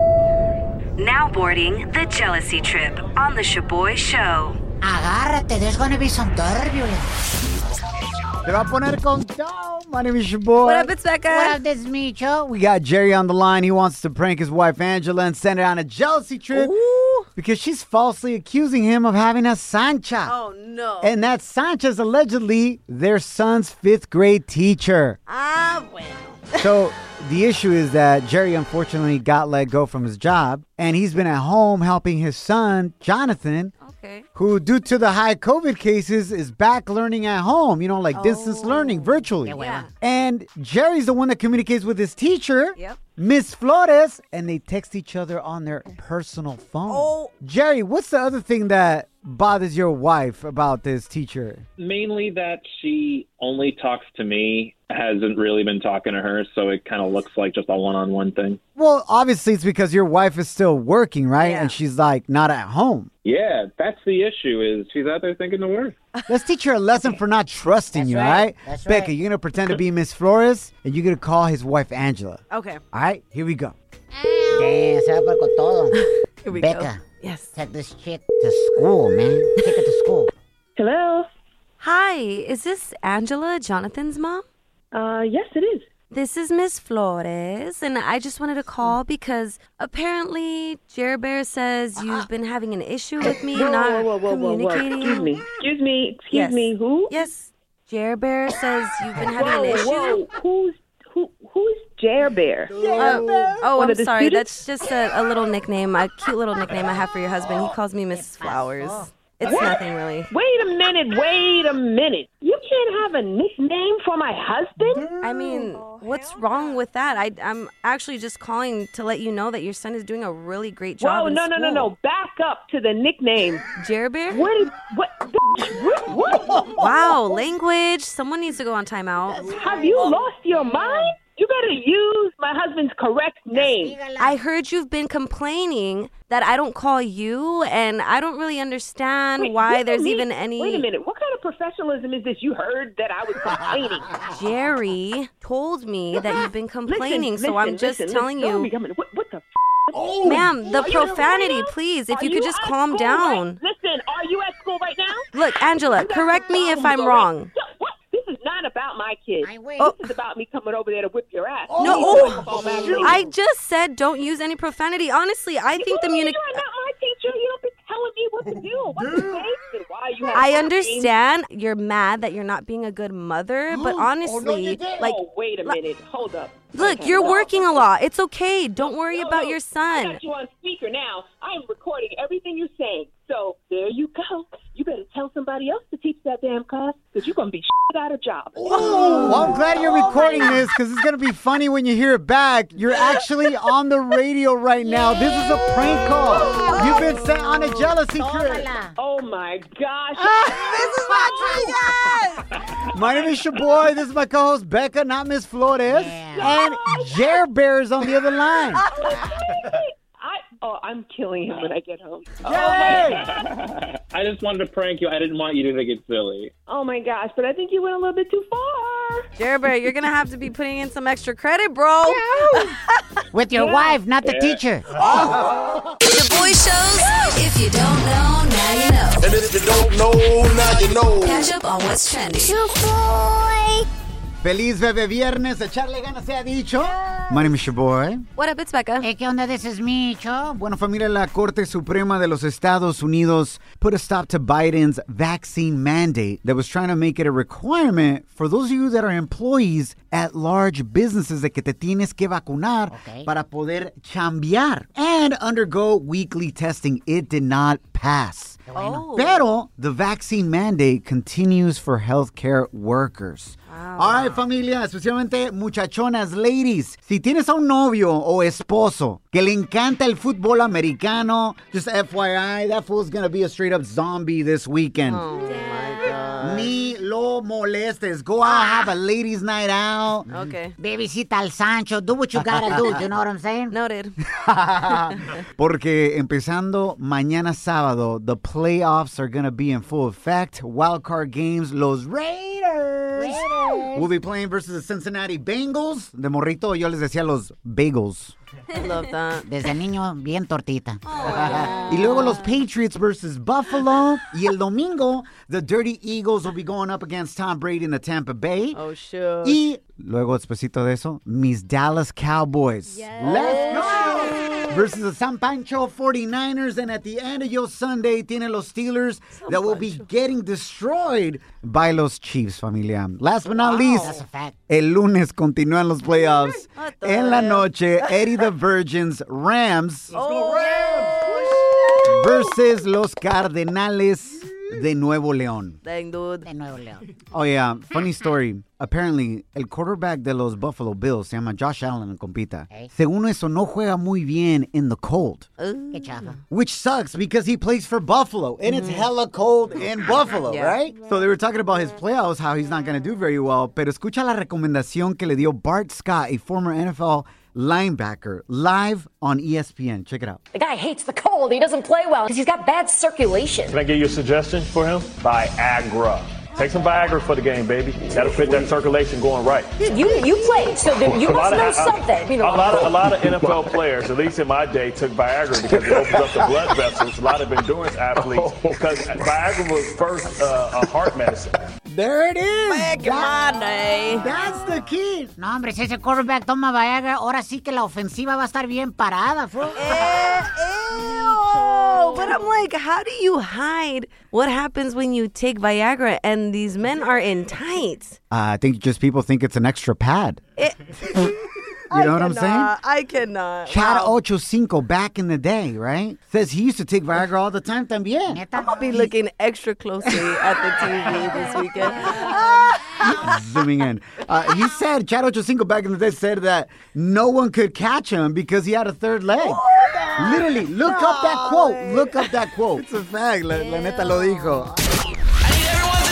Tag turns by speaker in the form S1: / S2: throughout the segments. S1: Now boarding the jealousy trip on the Shaboy Show.
S2: Agárrate, there's gonna be some turbulence.
S3: Te va a poner con todo. My name is your boy.
S4: What up? It's
S2: What
S4: Becca.
S2: up, this is Micho.
S3: we got Jerry on the line. He wants to prank his wife Angela and send her on a jealousy trip
S4: Ooh.
S3: because she's falsely accusing him of having a Sancha.
S4: Oh no.
S3: And that Sancha's allegedly their son's fifth grade teacher.
S4: ah bueno.
S3: So the issue is that Jerry unfortunately got let go from his job, and he's been at home helping his son Jonathan,
S4: Okay.
S3: who, due to the high COVID cases, is back learning at home. You know, like distance
S4: Oh.
S3: learning virtually.
S4: Yeah.
S3: And Jerry's the one that communicates with his teacher,
S4: Yep.
S3: Miss Flores, and they text each other on their personal phone.
S4: Oh.
S3: Jerry, what's the other thing that bothers your wife about this teacher?
S5: mainly that she only talks to me hasn't really been talking to her so it kind of looks like just a one-on-one thing
S3: Well, obviously, it's because your wife is still working, right?
S4: Yeah.
S3: And she's like not at home.
S5: yeah that's the issue is she's out there thinking the worst
S3: Let's teach her a lesson for not trusting
S2: That's
S3: you,
S2: right.
S3: all right?
S2: That's
S3: Becca,
S2: right.
S3: you're going to pretend to be Miss Flores and you're going to call his wife Angela.
S4: Okay.
S3: All right, here we go.
S2: Damn, se va a poner con todo.
S4: Here we
S2: Becca,
S4: go. Yes.
S2: take this chick to school, man. Take her to school.
S6: Hello.
S4: Hi. Is this Angela, Jonathan's mom?
S6: Uh, yes, it is.
S4: This is Miss Flores, and I just wanted to
S6: Mm.
S4: call because apparently Jer Bear says
S6: Uh,
S4: you've been having an issue with me not communicating.
S6: Excuse me. Excuse me. Excuse
S4: Yes.
S6: me. Who?
S4: Yes. Jer Bear says you've been having
S6: Whoa,
S4: an issue.
S6: whoa. Who's who? Who's Jer Bear?
S4: Oh, oh,
S6: One
S4: I'm
S6: of the
S4: sorry.
S6: students?
S4: That's just a, a little nickname, a cute little nickname I have for your husband. He calls me Mrs. Flowers. It's nothing really.
S6: Wait a minute. Wait a minute. You can't have a nickname for my husband.
S4: I mean, what's wrong with that? I, I'm actually just calling to let you know that your son is doing a really great job.
S6: Whoa!
S4: in
S6: No, no, no,
S4: school.
S6: no. Back up to the nickname.
S4: Jerbear?
S6: What is what? Bitch, what? what?
S4: Wow, language. Someone needs to go on timeout.
S6: Have you lost your mind? You gotta use my husband's correct name.
S4: I heard you've been complaining that I don't call you, and I don't really understand
S6: Wait, what
S4: why
S6: do
S4: there's
S6: you
S4: even
S6: mean?
S4: any.
S6: Wait a minute. What kind of professionalism is this? You heard that I was complaining.
S4: Jerry told me that you've been complaining,
S6: Listen,
S4: so I'm
S6: listen,
S4: just
S6: listen,
S4: telling
S6: don't
S4: you.
S6: be coming- What, what the? F-
S4: Ma'am, the
S6: Are you at
S4: profanity,
S6: school?
S4: please. If
S6: Are
S4: you could just
S6: at
S4: calm
S6: school right-
S4: down.
S6: Listen, are you at school right now?
S4: Look, Angela,
S6: You got
S4: correct
S6: some
S4: me if I'm
S6: problems already.
S4: wrong. Oh.
S6: No, what? This is not about my kid.
S2: I wait.
S6: This is about me coming over there to whip your ass.
S4: No,
S6: Please
S4: oh,
S6: don't come over there.
S4: I just said don't use any profanity. Honestly, I think the
S6: You
S4: Munich.
S6: are not my teacher. You don't be telling me what to do. What to say and why you have
S4: I
S6: to say.
S4: understand you're mad that you're not being a good mother, but honestly, like,
S6: oh, wait a minute. Hold up.
S4: look,
S6: Okay,
S4: you're
S6: no.
S4: working a lot. It's okay. Don't worry
S6: No,
S4: about
S6: no.
S4: your
S6: I
S4: son.
S6: got you on speaker now. I am recording everything you're saying. So there you go. You better tell somebody else to teach that damn class because you're going to be shit out of job.
S3: Well, Oh, I'm glad
S2: Oh
S3: you're recording this because it's going to be funny when you hear it back. You're actually on the radio right now. This is a prank call. You've been sent on a jealousy trip.
S2: Tómala.
S6: Oh my gosh.
S4: Ah,
S3: My name is your boy. This is my co host, Becca, not Miss Flores.
S2: Yeah. Oh.
S3: And Jer Bear is on the other line.
S6: I, oh, I'm killing him when I get home.
S3: Jerry!
S5: i just wanted to prank you i didn't want you to think it's silly
S6: Oh my gosh, but I think you went a little bit too far.
S4: Jerber, you're going to have to be putting in some extra credit, bro.
S2: With your wife, not the
S5: Yeah.
S2: teacher.
S7: Shaboy Shows. If you don't know, now you know.
S8: And if you don't know, now you know.
S7: Catch up on what's trending.
S3: Feliz bebé viernes, echarle ganas se ha dicho. My name is your boy.
S4: What up? It's Becca.
S2: Hey, Eh, ¿qué onda? This is Micho.
S3: Bueno, familia, la Corte Suprema de los Estados Unidos put a stop to Biden's vaccine mandate that was trying to make it a requirement for those of you that are employees at large businesses de que te tienes que vacunar
S2: Okay.
S3: para poder chambear and undergo weekly testing. It did not pass.
S4: Oh.
S3: Pero the vaccine mandate continues for healthcare workers. All right, familia, especialmente muchachonas, ladies. Si tienes a un novio o esposo que le encanta el fútbol americano, just FYI, that fool's gonna be a straight up zombie this weekend. Ni lo molestes. Go out, have a ladies' night out.
S4: Okay.
S2: Babysit al Sancho. Do what you gotta do. You know what I'm saying?
S4: Noted.
S3: Porque empezando mañana sábado, the playoffs are going to be in full effect. Wild card games, los Raiders. We'll be playing versus the Cincinnati Bengals. De morrito, yo les decía los bagels.
S4: Love that.
S2: Desde niño, bien tortita.
S3: Y luego los Patriots versus Buffalo. y el domingo, the Dirty Eagles will be going up against Tom Brady in the Tampa Bay.
S4: Oh shoot.
S3: Y luego, despacito de eso, mis Dallas Cowboys. Let's go! Versus the San Pancho 49ers. And at the end of your Sunday, tiene los Steelers that will be getting destroyed by los Chiefs, familia. Last but not
S2: That's
S3: least,
S2: a fact.
S3: el lunes continúan los playoffs.
S4: What the
S3: En la
S4: hell?
S3: noche, Eddie the Virgin's Rams
S4: Oh,
S3: versus los Cardenales de Nuevo León.
S4: Dang, dude.
S2: De Nuevo León.
S3: Oh yeah, funny story. Apparently, el quarterback de los Buffalo Bills se llama Josh Allen, el compita.
S2: Hey.
S3: Según eso, no juega muy bien in the cold,
S2: Qué chafa.
S3: which sucks because he plays for Buffalo and it's hella cold in Buffalo,
S4: Yeah.
S3: right? So they were talking about his playoffs, how he's not going to do very well. Pero escucha la recomendación que le dio Bart Scott, a former NFL linebacker, live on E ESPN. Check it out.
S9: The guy hates the cold. He doesn't play well because he's got bad circulation.
S10: Can I get you a suggestion for him? Viagra. Take some Viagra for the game, baby. That'll fit that circulation going right.
S9: You you played, so there, you
S10: A
S9: must
S10: lot
S9: know
S10: of- a-
S9: something. You know,
S10: a lot of a lot of NFL players, at least in my day, took Viagra because it opens up the blood vessels. A lot of endurance athletes because Viagra was first uh, a heart medicine.
S3: There it is. That-
S4: Monday.
S3: that's the key.
S2: No, hombre, si ese quarterback toma Viagra, ahora sí que la ofensiva va a estar bien parada, fool. Eh.
S4: Oh, but I'm like, how do you hide what happens when you take Viagra and these men are in tights?
S3: Uh, I think just people think it's an extra pad. you know what I'm saying?
S4: I cannot.
S3: Chad Ochocinco back in the day, right? Says he used to take Viagra all the time también.
S2: Neta.
S4: I'll be looking extra closely at the TV this weekend.
S3: Zooming in. Uh, he said, Chad Ochocinco back in the day said that no one could catch him because he had a third leg. Literally, look up that quote. Look up that quote. It's a fact. La, la neta lo dijo.
S7: I need everyone's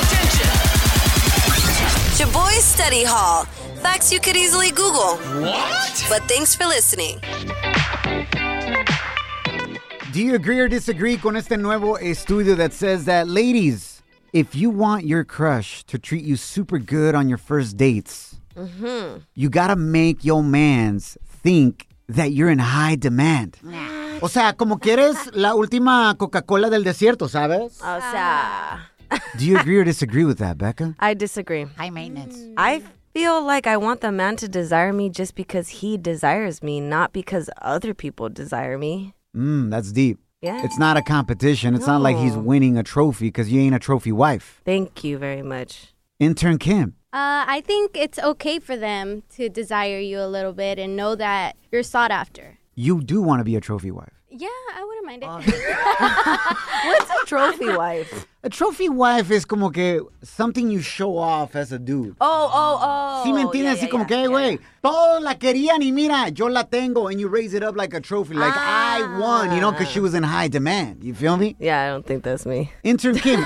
S7: attention. It's your boy Study Hall. Facts you could easily Google. What? But thanks for listening.
S3: Do you agree or disagree con este nuevo estudio that says that, ladies, if you want your crush to treat you super good on your first dates, you gotta make your mans think that you're in high demand. O sea, como que eres la última Coca-Cola del desierto, ¿sabes?
S4: O sea,
S3: Do you agree or disagree with that, Becca?
S4: I disagree.
S2: High maintenance.
S4: I feel like I want the man to desire me just because he desires me, not because other people desire me.
S3: Mm, that's deep.
S4: Yeah.
S3: It's not a competition. It's not like he's
S4: No.
S3: winning a trophy because you ain't a trophy wife.
S4: Thank you very much.
S3: Intern Kim.
S11: Uh, I think it's okay for them to desire you a little bit and know that you're sought after.
S3: You do want to be a trophy wife.
S11: Yeah, I wouldn't mind it.
S4: What's a trophy wife?
S3: A trophy wife es como que something you show off as a dude.
S4: Oh, oh, oh.
S3: Si me
S4: Yeah,
S3: entiendes,
S4: yeah,
S3: así como
S4: yeah,
S3: que, "Hey,
S4: yeah,
S3: güey, todos la querían y mira, yo la tengo. And you raise it up like a trophy, like I won, you know, because
S4: Ah.
S3: she was in high demand. You feel me?
S4: Yeah, I don't think that's me.
S3: Intern Kim,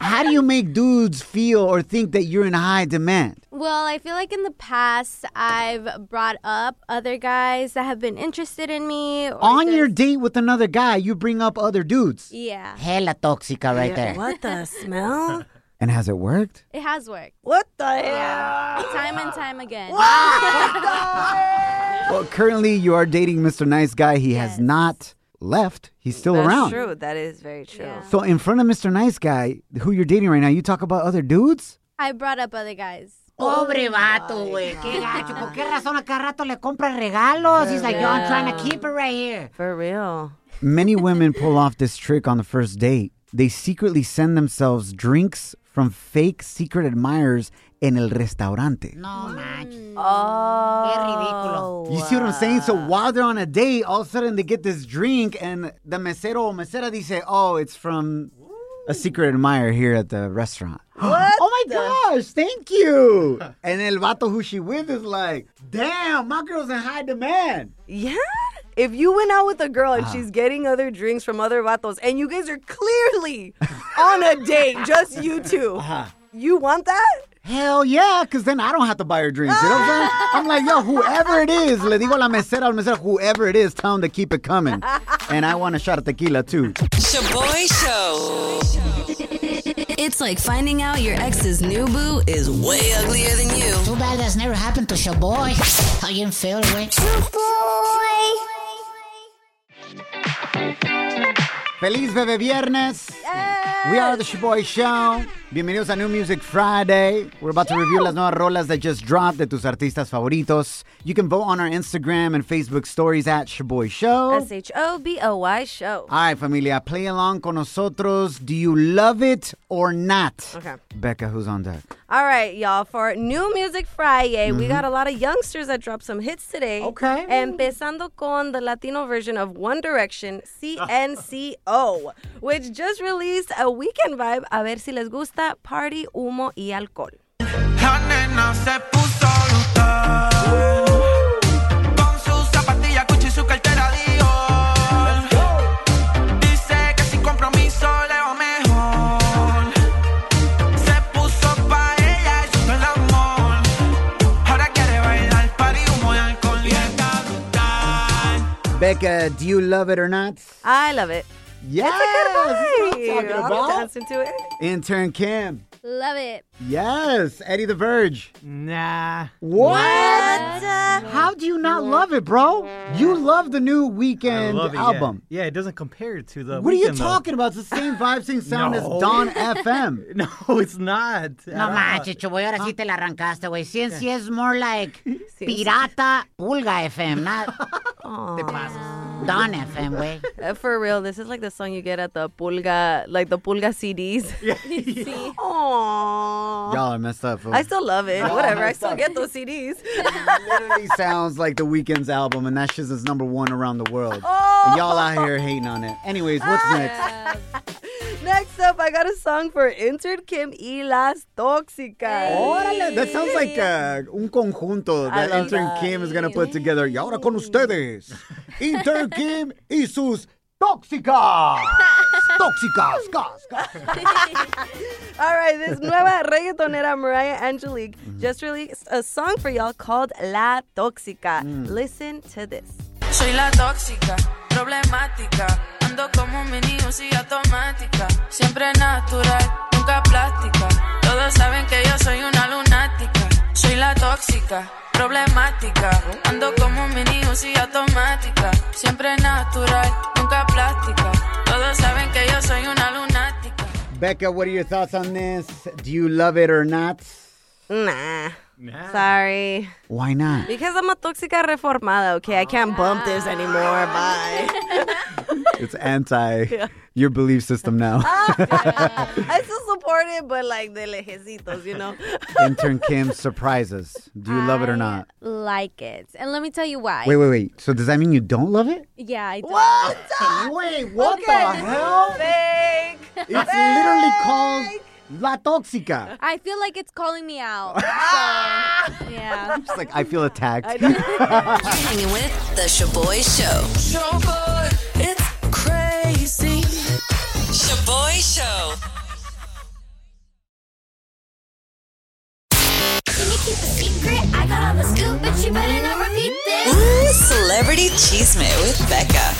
S3: how do you make dudes feel or think that you're in high demand?
S11: Well, I feel like in the past I've brought up other guys that have been interested in me. Or
S3: On your
S11: just-
S3: date with another guy, you bring up other dudes.
S11: yeah,
S2: Hella tóxica right there.
S4: What the smell?
S3: And has it worked?
S11: it has worked
S4: What the hell?
S11: time and time again.
S3: Well, currently you are dating Mr. Nice Guy. He has not left. He's still
S4: That's
S3: around.
S4: true. That is very true.
S3: So in front of Mr. Nice Guy, who you're dating right now, you talk about other dudes?
S11: I brought up other guys.
S2: Pobre vato, güey. Qué gacho. ¿Por qué razón a cada rato le compra regalos? He's like, yo, I'm trying to keep it right here.
S4: For real.
S3: Many women pull off this trick on the first date. They secretly send themselves drinks from fake secret admirers in El Restaurante.
S2: No manches.
S4: Oh.
S3: You see what I'm saying? So while they're on a date, all of a sudden they get this drink, and the mesero or mesera dice, "Oh, it's from a secret admirer here at the restaurant."
S4: What?
S3: Oh my gosh! Thank you. and el vato who she with is like, "Damn, my girl's in high demand."
S4: Yeah. If you went out with a girl and she's getting other drinks from other vatos and you guys are clearly on a date, just you 2 you want that?
S3: Hell yeah, because then I don't have to buy her drinks. You know what I'm saying? I'm like, yo, whoever it is, le digo a la mesera, al mesero, whoever it is, tell them to keep it coming. And I want a shot of tequila too.
S7: Shaboy Show. It's like finding out your ex's new boo is way uglier than you.
S2: Too bad that's never happened to Shaboy. How you feel, güey?
S3: Feliz Bebe Viernes. We are the Shaboy Show. Bienvenidos a New Music Friday. We're about to review las nuevas rolas that just dropped de tus artistas favoritos. You can vote on our Instagram and Facebook stories at Shaboy Show.
S4: S H O B O Y show.
S3: All right, familia, play along con nosotros. Do you love it or not?
S4: Okay.
S3: Becca, who's on deck?
S4: All right, y'all. For New Music Friday, we got a lot of youngsters that dropped some hits today.
S3: Mm-hmm. Okay.
S4: Empezando con the Latino version of One Direction, CNCO, which just released a weekend vibe. A ver si les gusta Party, Humo y Alcohol.
S12: La nena se puso brutal Con sus zapatillas Gucci y su cartera Dior Dice que sin compromiso leo mejor Se puso pa' ella y supe el amor Ahora quiere bailar party, humo y alcohol Y está brutal
S3: Becca, do you love it or not?
S4: I love it.
S3: Yes.
S4: It's a
S3: that's
S4: good
S3: what I'm
S4: vibe.
S3: talking
S4: I'll
S3: about.
S4: dance into it.
S3: Intern Cam.
S11: Love it.
S3: Yes. Eddie the Verge.
S13: Nah.
S3: What? How do you not love it, bro? You love the new Weekend
S13: Love it, yeah.
S3: album.
S13: Yeah. it doesn't compare to the.
S3: What are you
S13: Weeknd, though.
S3: talking about? It's the same vibe, same sound
S13: No.
S3: as Don FM.
S13: No, it's not. Ah, at
S2: No
S13: all.
S2: manches, Chaboy, ahora sí te la arrancaste, güey. CNC is more like Pirata Pulga FM, not
S4: Aw.
S2: Don FM, güey.
S4: Uh, For real, this is like the song you get at the Pulga, like the Pulga CDs. Aww.
S3: Y'all are messed up. fool.
S4: I still love it.
S3: Y'all
S4: Whatever. I
S3: messed
S4: still
S3: up.
S4: get those CDs.
S3: Literally sounds like the Weekend's album, and that shit is number one around the world.
S4: Oh.
S3: And y'all out here hating on it. Anyways, what's next?
S4: Next up, I got a song for Intern Kim y Las Tóxicas.
S3: Órale, that sounds like uh, un conjunto that
S4: love
S3: Intern
S4: that.
S3: Kim is gonna put together. Y ahora con ustedes, Intern Kim y sus tóxicas, tóxicas, gas, gas.
S4: All right, this nueva reggaetonera Mariah Angelique just released a song for y'all called La Tóxica. Listen to this.
S14: Soy la tóxica, problemática. Ando como mini Uzi automática. Siempre natural, nunca plástica. Todos saben que yo soy una lunática. Soy la tóxica, problemática. Ando como mini Uzi automática. Siempre natural, nunca plástica. Todos saben que yo soy una lunática.
S3: Becca, what are your thoughts on this? Do you love it or not?
S4: Nah. Sorry.
S3: Why not?
S4: Because I'm a tóxica reformada, okay? I can't bump this anymore. Bye.
S3: It's anti your belief system now.
S4: I still support it, but like de lejecitos, you know?
S3: Intern Kim surprises. Do you love it or not?
S11: Like it. And let me tell you why.
S3: Wait, wait, wait. So does that mean you don't love it?
S11: Yeah, I do.
S4: What?
S3: Wait, what
S11: Okay,
S3: the
S11: this is
S3: hell?
S4: Fake.
S3: It's literally called La Tóxica.
S11: I feel like it's calling me out. So, yeah.
S3: It's like I feel attacked.
S7: You're hanging with the Shaboy Show.
S14: Showboy, it's crazy.
S7: Shaboy Show.
S15: I got all the scoop, but you better not repeat
S7: Ooh, Celebrity Cheesemate with Becca.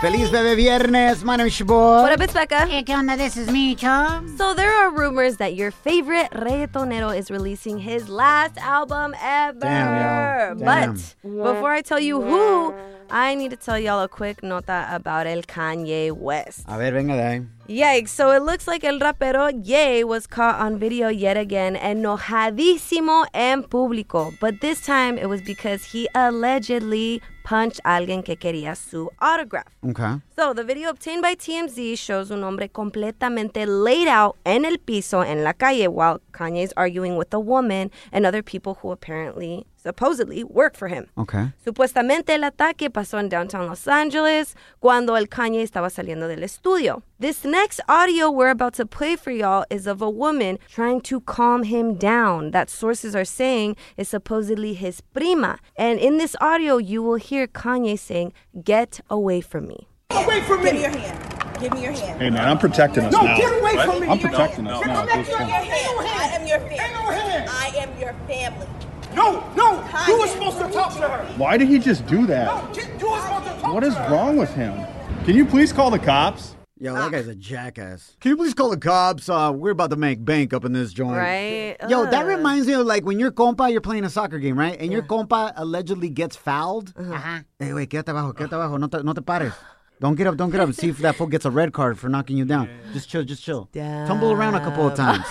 S3: Feliz Bebe Viernes. My name is Shaboy.
S4: What up, it's Becca.
S2: Hey, ¿qué onda? This is me, chum.
S4: So there are rumors that your favorite reggaetonero is releasing his last album ever.
S3: Damn, yo.
S4: But before I tell you who, I need to tell y'all a quick nota about El Kanye West.
S3: A ver, venga de ahí.
S4: Yikes, so it looks like El Rapero Ye was caught on video yet again, enojadísimo en público. But this time it was because he allegedly punch a alguien que quería su autograph.
S3: Okay.
S4: So, the video obtained by TMZ shows un hombre completamente laid out en el piso en la calle while Kanye's arguing with a woman and other people who apparently, supposedly, work for him.
S3: Okay.
S4: Supuestamente el ataque pasó en downtown Los Angeles cuando el Kanye estaba saliendo del estudio. This next audio we're about to play for y'all is of a woman trying to calm him down that sources are saying is supposedly his prima. And in this audio, you will hear Kanye saying, Get away from me.
S16: away from me. Give me your hand. Give me your hand.
S17: Hey man, I'm protecting us
S16: no,
S17: now.
S16: get away
S17: What?
S16: from me.
S17: I'm
S16: You're-
S17: protecting us
S16: Get
S17: now.
S16: back
S17: at this
S16: here.
S17: point.
S16: Ain't no hand.
S18: I am your family.
S16: I
S18: am your family.
S16: No, no. You were supposed to talk to her.
S17: Why did he just do that?
S16: Get- You were supposed to talk
S17: What is wrong with him? Can you please call the cops?
S3: Yo,
S4: Ah.
S3: that guy's a jackass. Can you please call the cops? Uh, we're about to make bank up in this joint.
S4: Right?
S3: Yo,
S4: Ugh.
S3: that reminds me of like when your compa, you're playing a soccer game, right? And your compa allegedly gets fouled.
S2: Ajá.
S3: Hey, wait, quédate abajo, quédate abajo, no te, no te pares. Don't get up, don't get up. See if that fool gets a red card for knocking you down. Just chill, just chill. Tumble around a couple of times.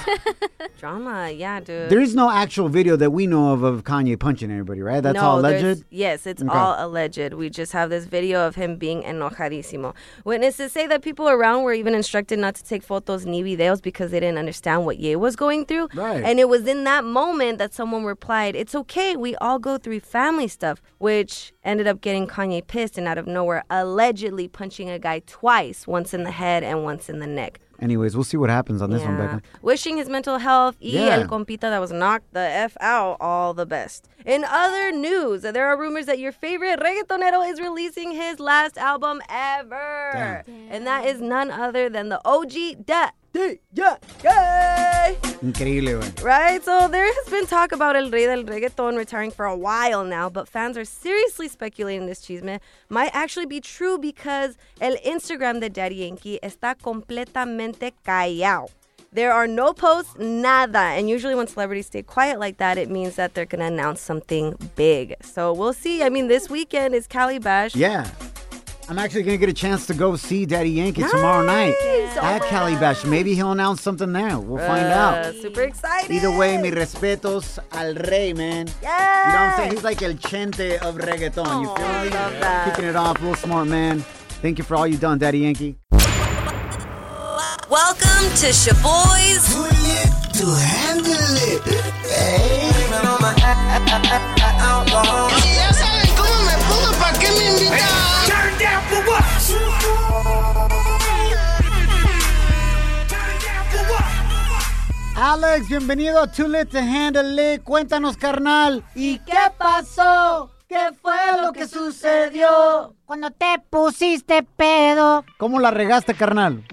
S4: Drama, yeah, dude.
S3: there is no actual video that we know of of Kanye punching anybody, right? That's all
S4: there's-
S3: alleged?
S4: Yes, it's
S3: Okay.
S4: all alleged. We just have this video of him being enojadísimo. Witnesses say that people around were even instructed not to take photos ni videos because they didn't understand what Ye was going through.
S19: Right.
S4: And it was in that moment that someone replied, It's okay, we all go through family stuff, which ended up getting Kanye pissed and out of nowhere, allegedly punching a guy twice, once in the head and once in the neck.
S3: Anyways, we'll see what happens on this one,
S4: Yeah.
S3: Becca.
S4: Wishing his mental health y
S3: Yeah.
S4: el compita that was knocked the F out all the best. In other news, there are rumors that your favorite reggaetonero is releasing his last album ever. And that is none other than the OG Da. Yeah, yeah.
S3: Increíble, güey.
S4: Right? So there has been talk about El Rey del Reggaeton retiring for a while now, but fans are seriously speculating this chisme might actually be true because el Instagram de Daddy Yankee está completamente callado. There are no posts, nada. And usually when celebrities stay quiet like that, it means that they're going to announce something big. So we'll see. I mean, this weekend is Cali Bash.
S3: Yeah. I'm actually going to get a chance to go see Daddy Yankee tomorrow night
S4: Nice.
S3: at
S4: Oh my
S3: Cali Bash. Maybe he'll announce something there. We'll find
S4: Uh,
S3: out.
S4: Super excited.
S3: Either way, mis respetos al rey, man. You
S4: Yeah.
S3: know what I'm saying? He's like el chente of reggaeton. you feel me? Kicking it off, little smart man. Thank you for all you done, Daddy Yankee.
S7: Welcome to Shaboy's. To handle it.
S12: Ya saben cómo me pongo, ¿para qué me invitan? Turn down for what?
S3: Alex, bienvenido a Too Lit to Handle It. Cuéntanos, carnal. ¿Y
S2: ¿Qué pasó? ¿Qué fue lo que sucedió? Cuando te pusiste pedo.
S3: cómo la regaste, carnal?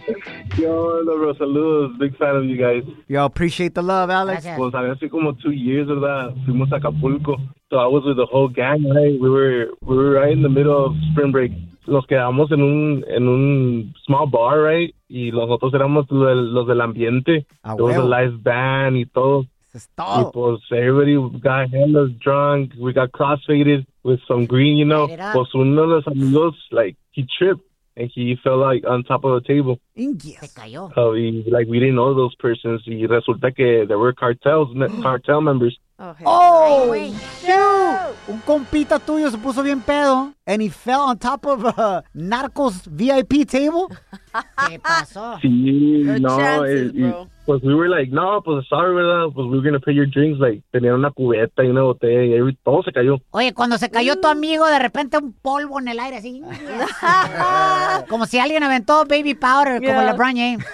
S20: Yo, no, bro, saludos, big fan of you guys.
S3: Yo, appreciate the love, Alex.
S20: Pues a hace como two years, ¿verdad? Fuimos a Acapulco. So I was with the whole gang, right? We were, we were right in the middle of spring break. Nos quedamos en un, en un small bar, right? Y nosotros éramos lo del- los del ambiente.
S3: Ah,
S20: There was a
S3: huevo. Oh.
S20: live band y todo.
S3: todo.
S20: Y pues everybody got hella drunk. We got crossfaded with some green, you know.
S3: Light it up.
S20: Pues uno de los amigos, like, he tripped and he fell, like, on top of the table.
S3: Se
S2: cayó.
S20: So we, like we didn't know those persons. Y resulta que there were cartels, cartel members.
S3: Oh, shoot. Un compita tuyo se puso bien pedo. And he fell on top of a Narcos VIP table?
S2: ¿Qué pasó?
S20: Sí,
S2: Good
S20: no, eh,
S2: chances,
S20: y- y- pues we were like, no, pues sorry, verdad, pues we were gonna pay your drinks. Like tenían una cubeta y una botella y every- todo se cayó.
S2: Oye, cuando se cayó
S3: Mm.
S2: tu amigo, de repente un polvo en el aire así. como si alguien aventó baby powder, como LeBron James.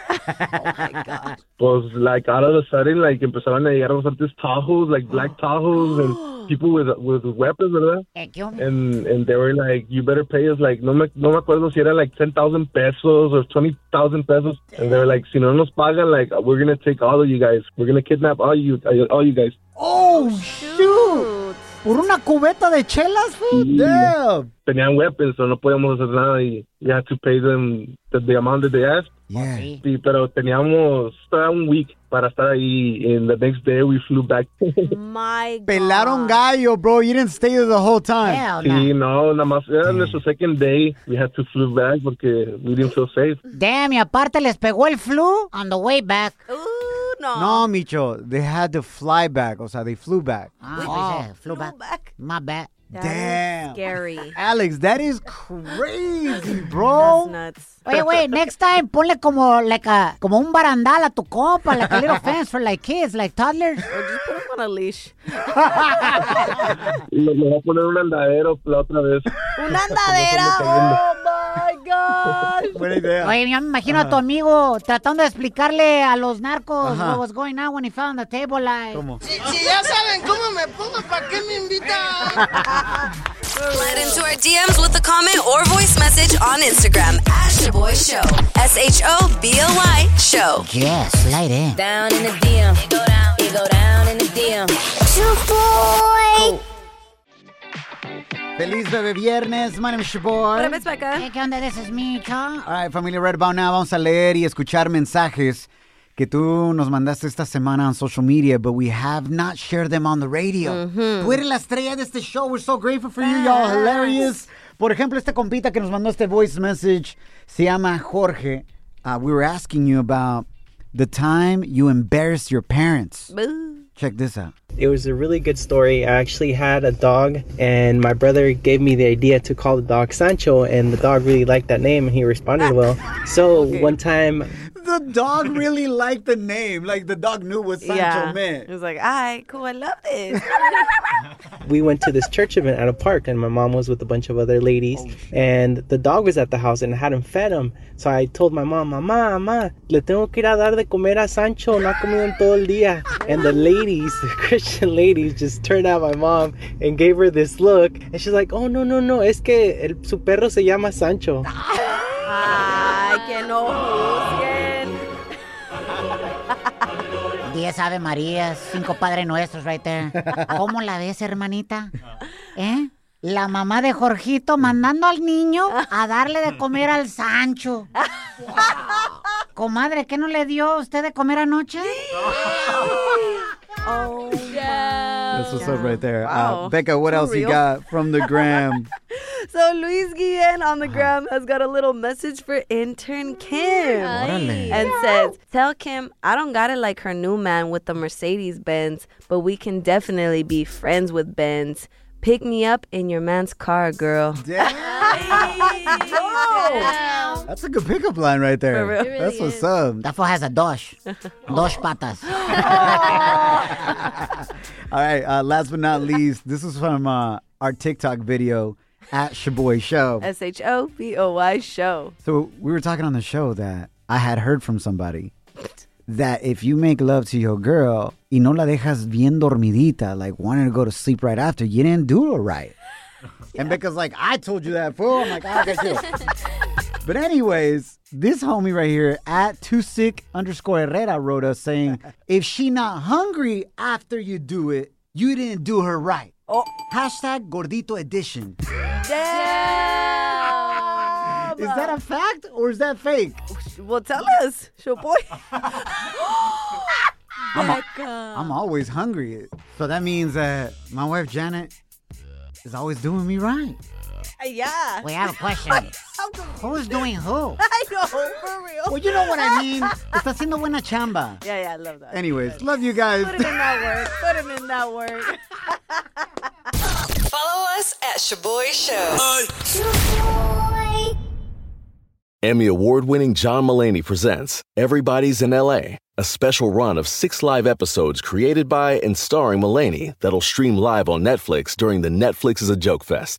S20: Pues like out of the sudden, like empezaron a llegar bastantes Tahoes, like black Tahoes and people with with weapons, verdad.
S2: Eh, ¿qué onda?
S20: And and they were like, you better pay us. Like no me no me acuerdo si era like ten thousand pesos or twenty thousand pesos. And they were like, si no nos pagan, like we're gonna take all of you guys. We're gonna kidnap all you all you guys.
S3: Oh, shoot. ¿Por una cubeta de chelas, fool? Damn.
S20: tenían weapons, so no podíamos hacer nada y you had to pay them the, the amount that they asked.
S3: Yeah.
S20: Sí, pero teníamos estaba un week para estar ahí. And the next day we flew back.
S4: My
S3: Pelaron gallo, bro. You didn't stay there the whole time.
S20: sí, no, nada más era nuestro second day. We had to flew back porque we didn't feel safe.
S2: Damn, y aparte les pegó el flu on the way back.
S3: No, Micho. They had to fly back. O sea, they flew back.
S2: Ah, oh, flew back. My bad.
S4: That is
S3: Damn.
S4: scary.
S3: Alex, that is crazy, bro.
S2: Oye, güey, next time ponle como, like a, como un barandal a tu compa, like a little fence for like kids, like toddlers.
S4: Put him on a leash.
S20: Le, le voy a poner un andadero la otra vez.
S4: ¡Una andadera! ¡Oh, my God!
S3: Buena idea.
S2: Oye, yo me imagino a tu
S3: Ajá.
S2: amigo tratando de explicarle a los narcos
S3: Ajá.
S2: what was going on when he fell on the table, like.
S3: ¿Cómo?
S12: Si ya saben cómo me pongo, ¿para qué me invitan?
S7: Slide into our DMs with a comment or voice message on Instagram at Shaboy Show. S H O B O Y Show.
S2: Yes, slide in.
S7: Down in the DM. It go down. It go down in the DM.
S2: Shaboy.
S3: Feliz bebé viernes. My name is Shaboy.
S4: Hola, Miss Becca.
S2: Eh, ¿Qué onda? This is me, cha.
S3: All right, familia, right about now vamos a leer y escuchar mensajes que tú nos mandaste esta semana on social media, but we have not shared them on the radio.
S2: Mm-hmm.
S3: Tú eres la estrella de este show. We're so grateful for you. Y'all hilarious. Por ejemplo, este compita que nos mandó este voice message se llama Jorge. Uh, we were asking you about the time you embarrassed your parents. Check this out.
S18: It was a really good story. I actually had a dog, and my brother gave me the idea to call the dog Sancho, and the dog really liked that name, and he responded well. So one time,
S3: The dog really liked the name. Like, the dog knew what Sancho
S4: yeah.
S3: meant.
S4: He was like, all right, cool, I love this.
S18: we went to this church event at a park, and my mom was with a bunch of other ladies, and the dog was at the house, and I hadn't fed him. So I told my mom, "Mamá, mamá, le tengo que ir a dar de comer a Sancho. No ha comido en todo el día." And the ladies, the Christian ladies, just turned at my mom and gave her this look, and she's like, "Oh no, no, no! Es que el, su perro se llama Sancho."
S4: Ay, que no juzguen.
S2: 10 Ave Marías, cinco Padre Nuestros right there. ¿Cómo la ves, hermanita? ¿Eh? La mamá de Jorgito mandando al niño a darle de comer al Sancho. Comadre, ¿qué no le dio a usted de comer anoche?
S4: Oh,
S3: That's what's up right there. Uh,
S4: Wow.
S3: Becca, what
S4: So
S3: else you
S4: real.
S3: got from the gram?
S4: So Luis Guillen on the gram has got a little message for intern Kim
S3: Órale.
S4: and says, Tell Kim, I don't got it like her new man with the Mercedes Benz, but we can definitely be friends with Benz. Pick me up in your man's car, girl.
S3: That's a good pickup line right there.
S4: For real. It
S3: That's what's up.
S2: That fool has a dosh. Dos patas.
S3: All right. Uh, last but not least, this is from uh, our TikTok video at Shaboy Show.
S4: S H O B O Y show.
S3: So we were talking on the show that I had heard from somebody that if you make love to your girl y no la dejas bien dormidita, like wanting to go to sleep right after, you didn't do it right. And Becca's like, I told you that, fool. I'm like, "Ah, okay, cool. But anyways, this homie right here at Tusic underscore Herrera wrote us saying, if she not hungry after you do it, you didn't do her right. Oh. Hashtag gordito edition.
S4: Yeah.
S3: Is that a fact or is that fake?
S4: Well, tell us, show boy. Becca.
S3: I'm always hungry. So that means that my wife Janet is always doing me right.
S4: Yeah.
S2: We have a question. Who's doing who?
S4: I know, for real.
S3: Well, you know what I mean. Está haciendo buena chamba.
S4: Yeah, yeah, I love that.
S3: Anyways, love you
S4: Put him
S3: guys.
S4: in that word. Put him in that word.
S7: Follow us at Shaboy Show.
S19: Emmy award winning John Mullaney presents Everybody's in LA, a special run of six live episodes created by and starring Mullaney that'll stream live on Netflix during the Netflix is a Joke Fest.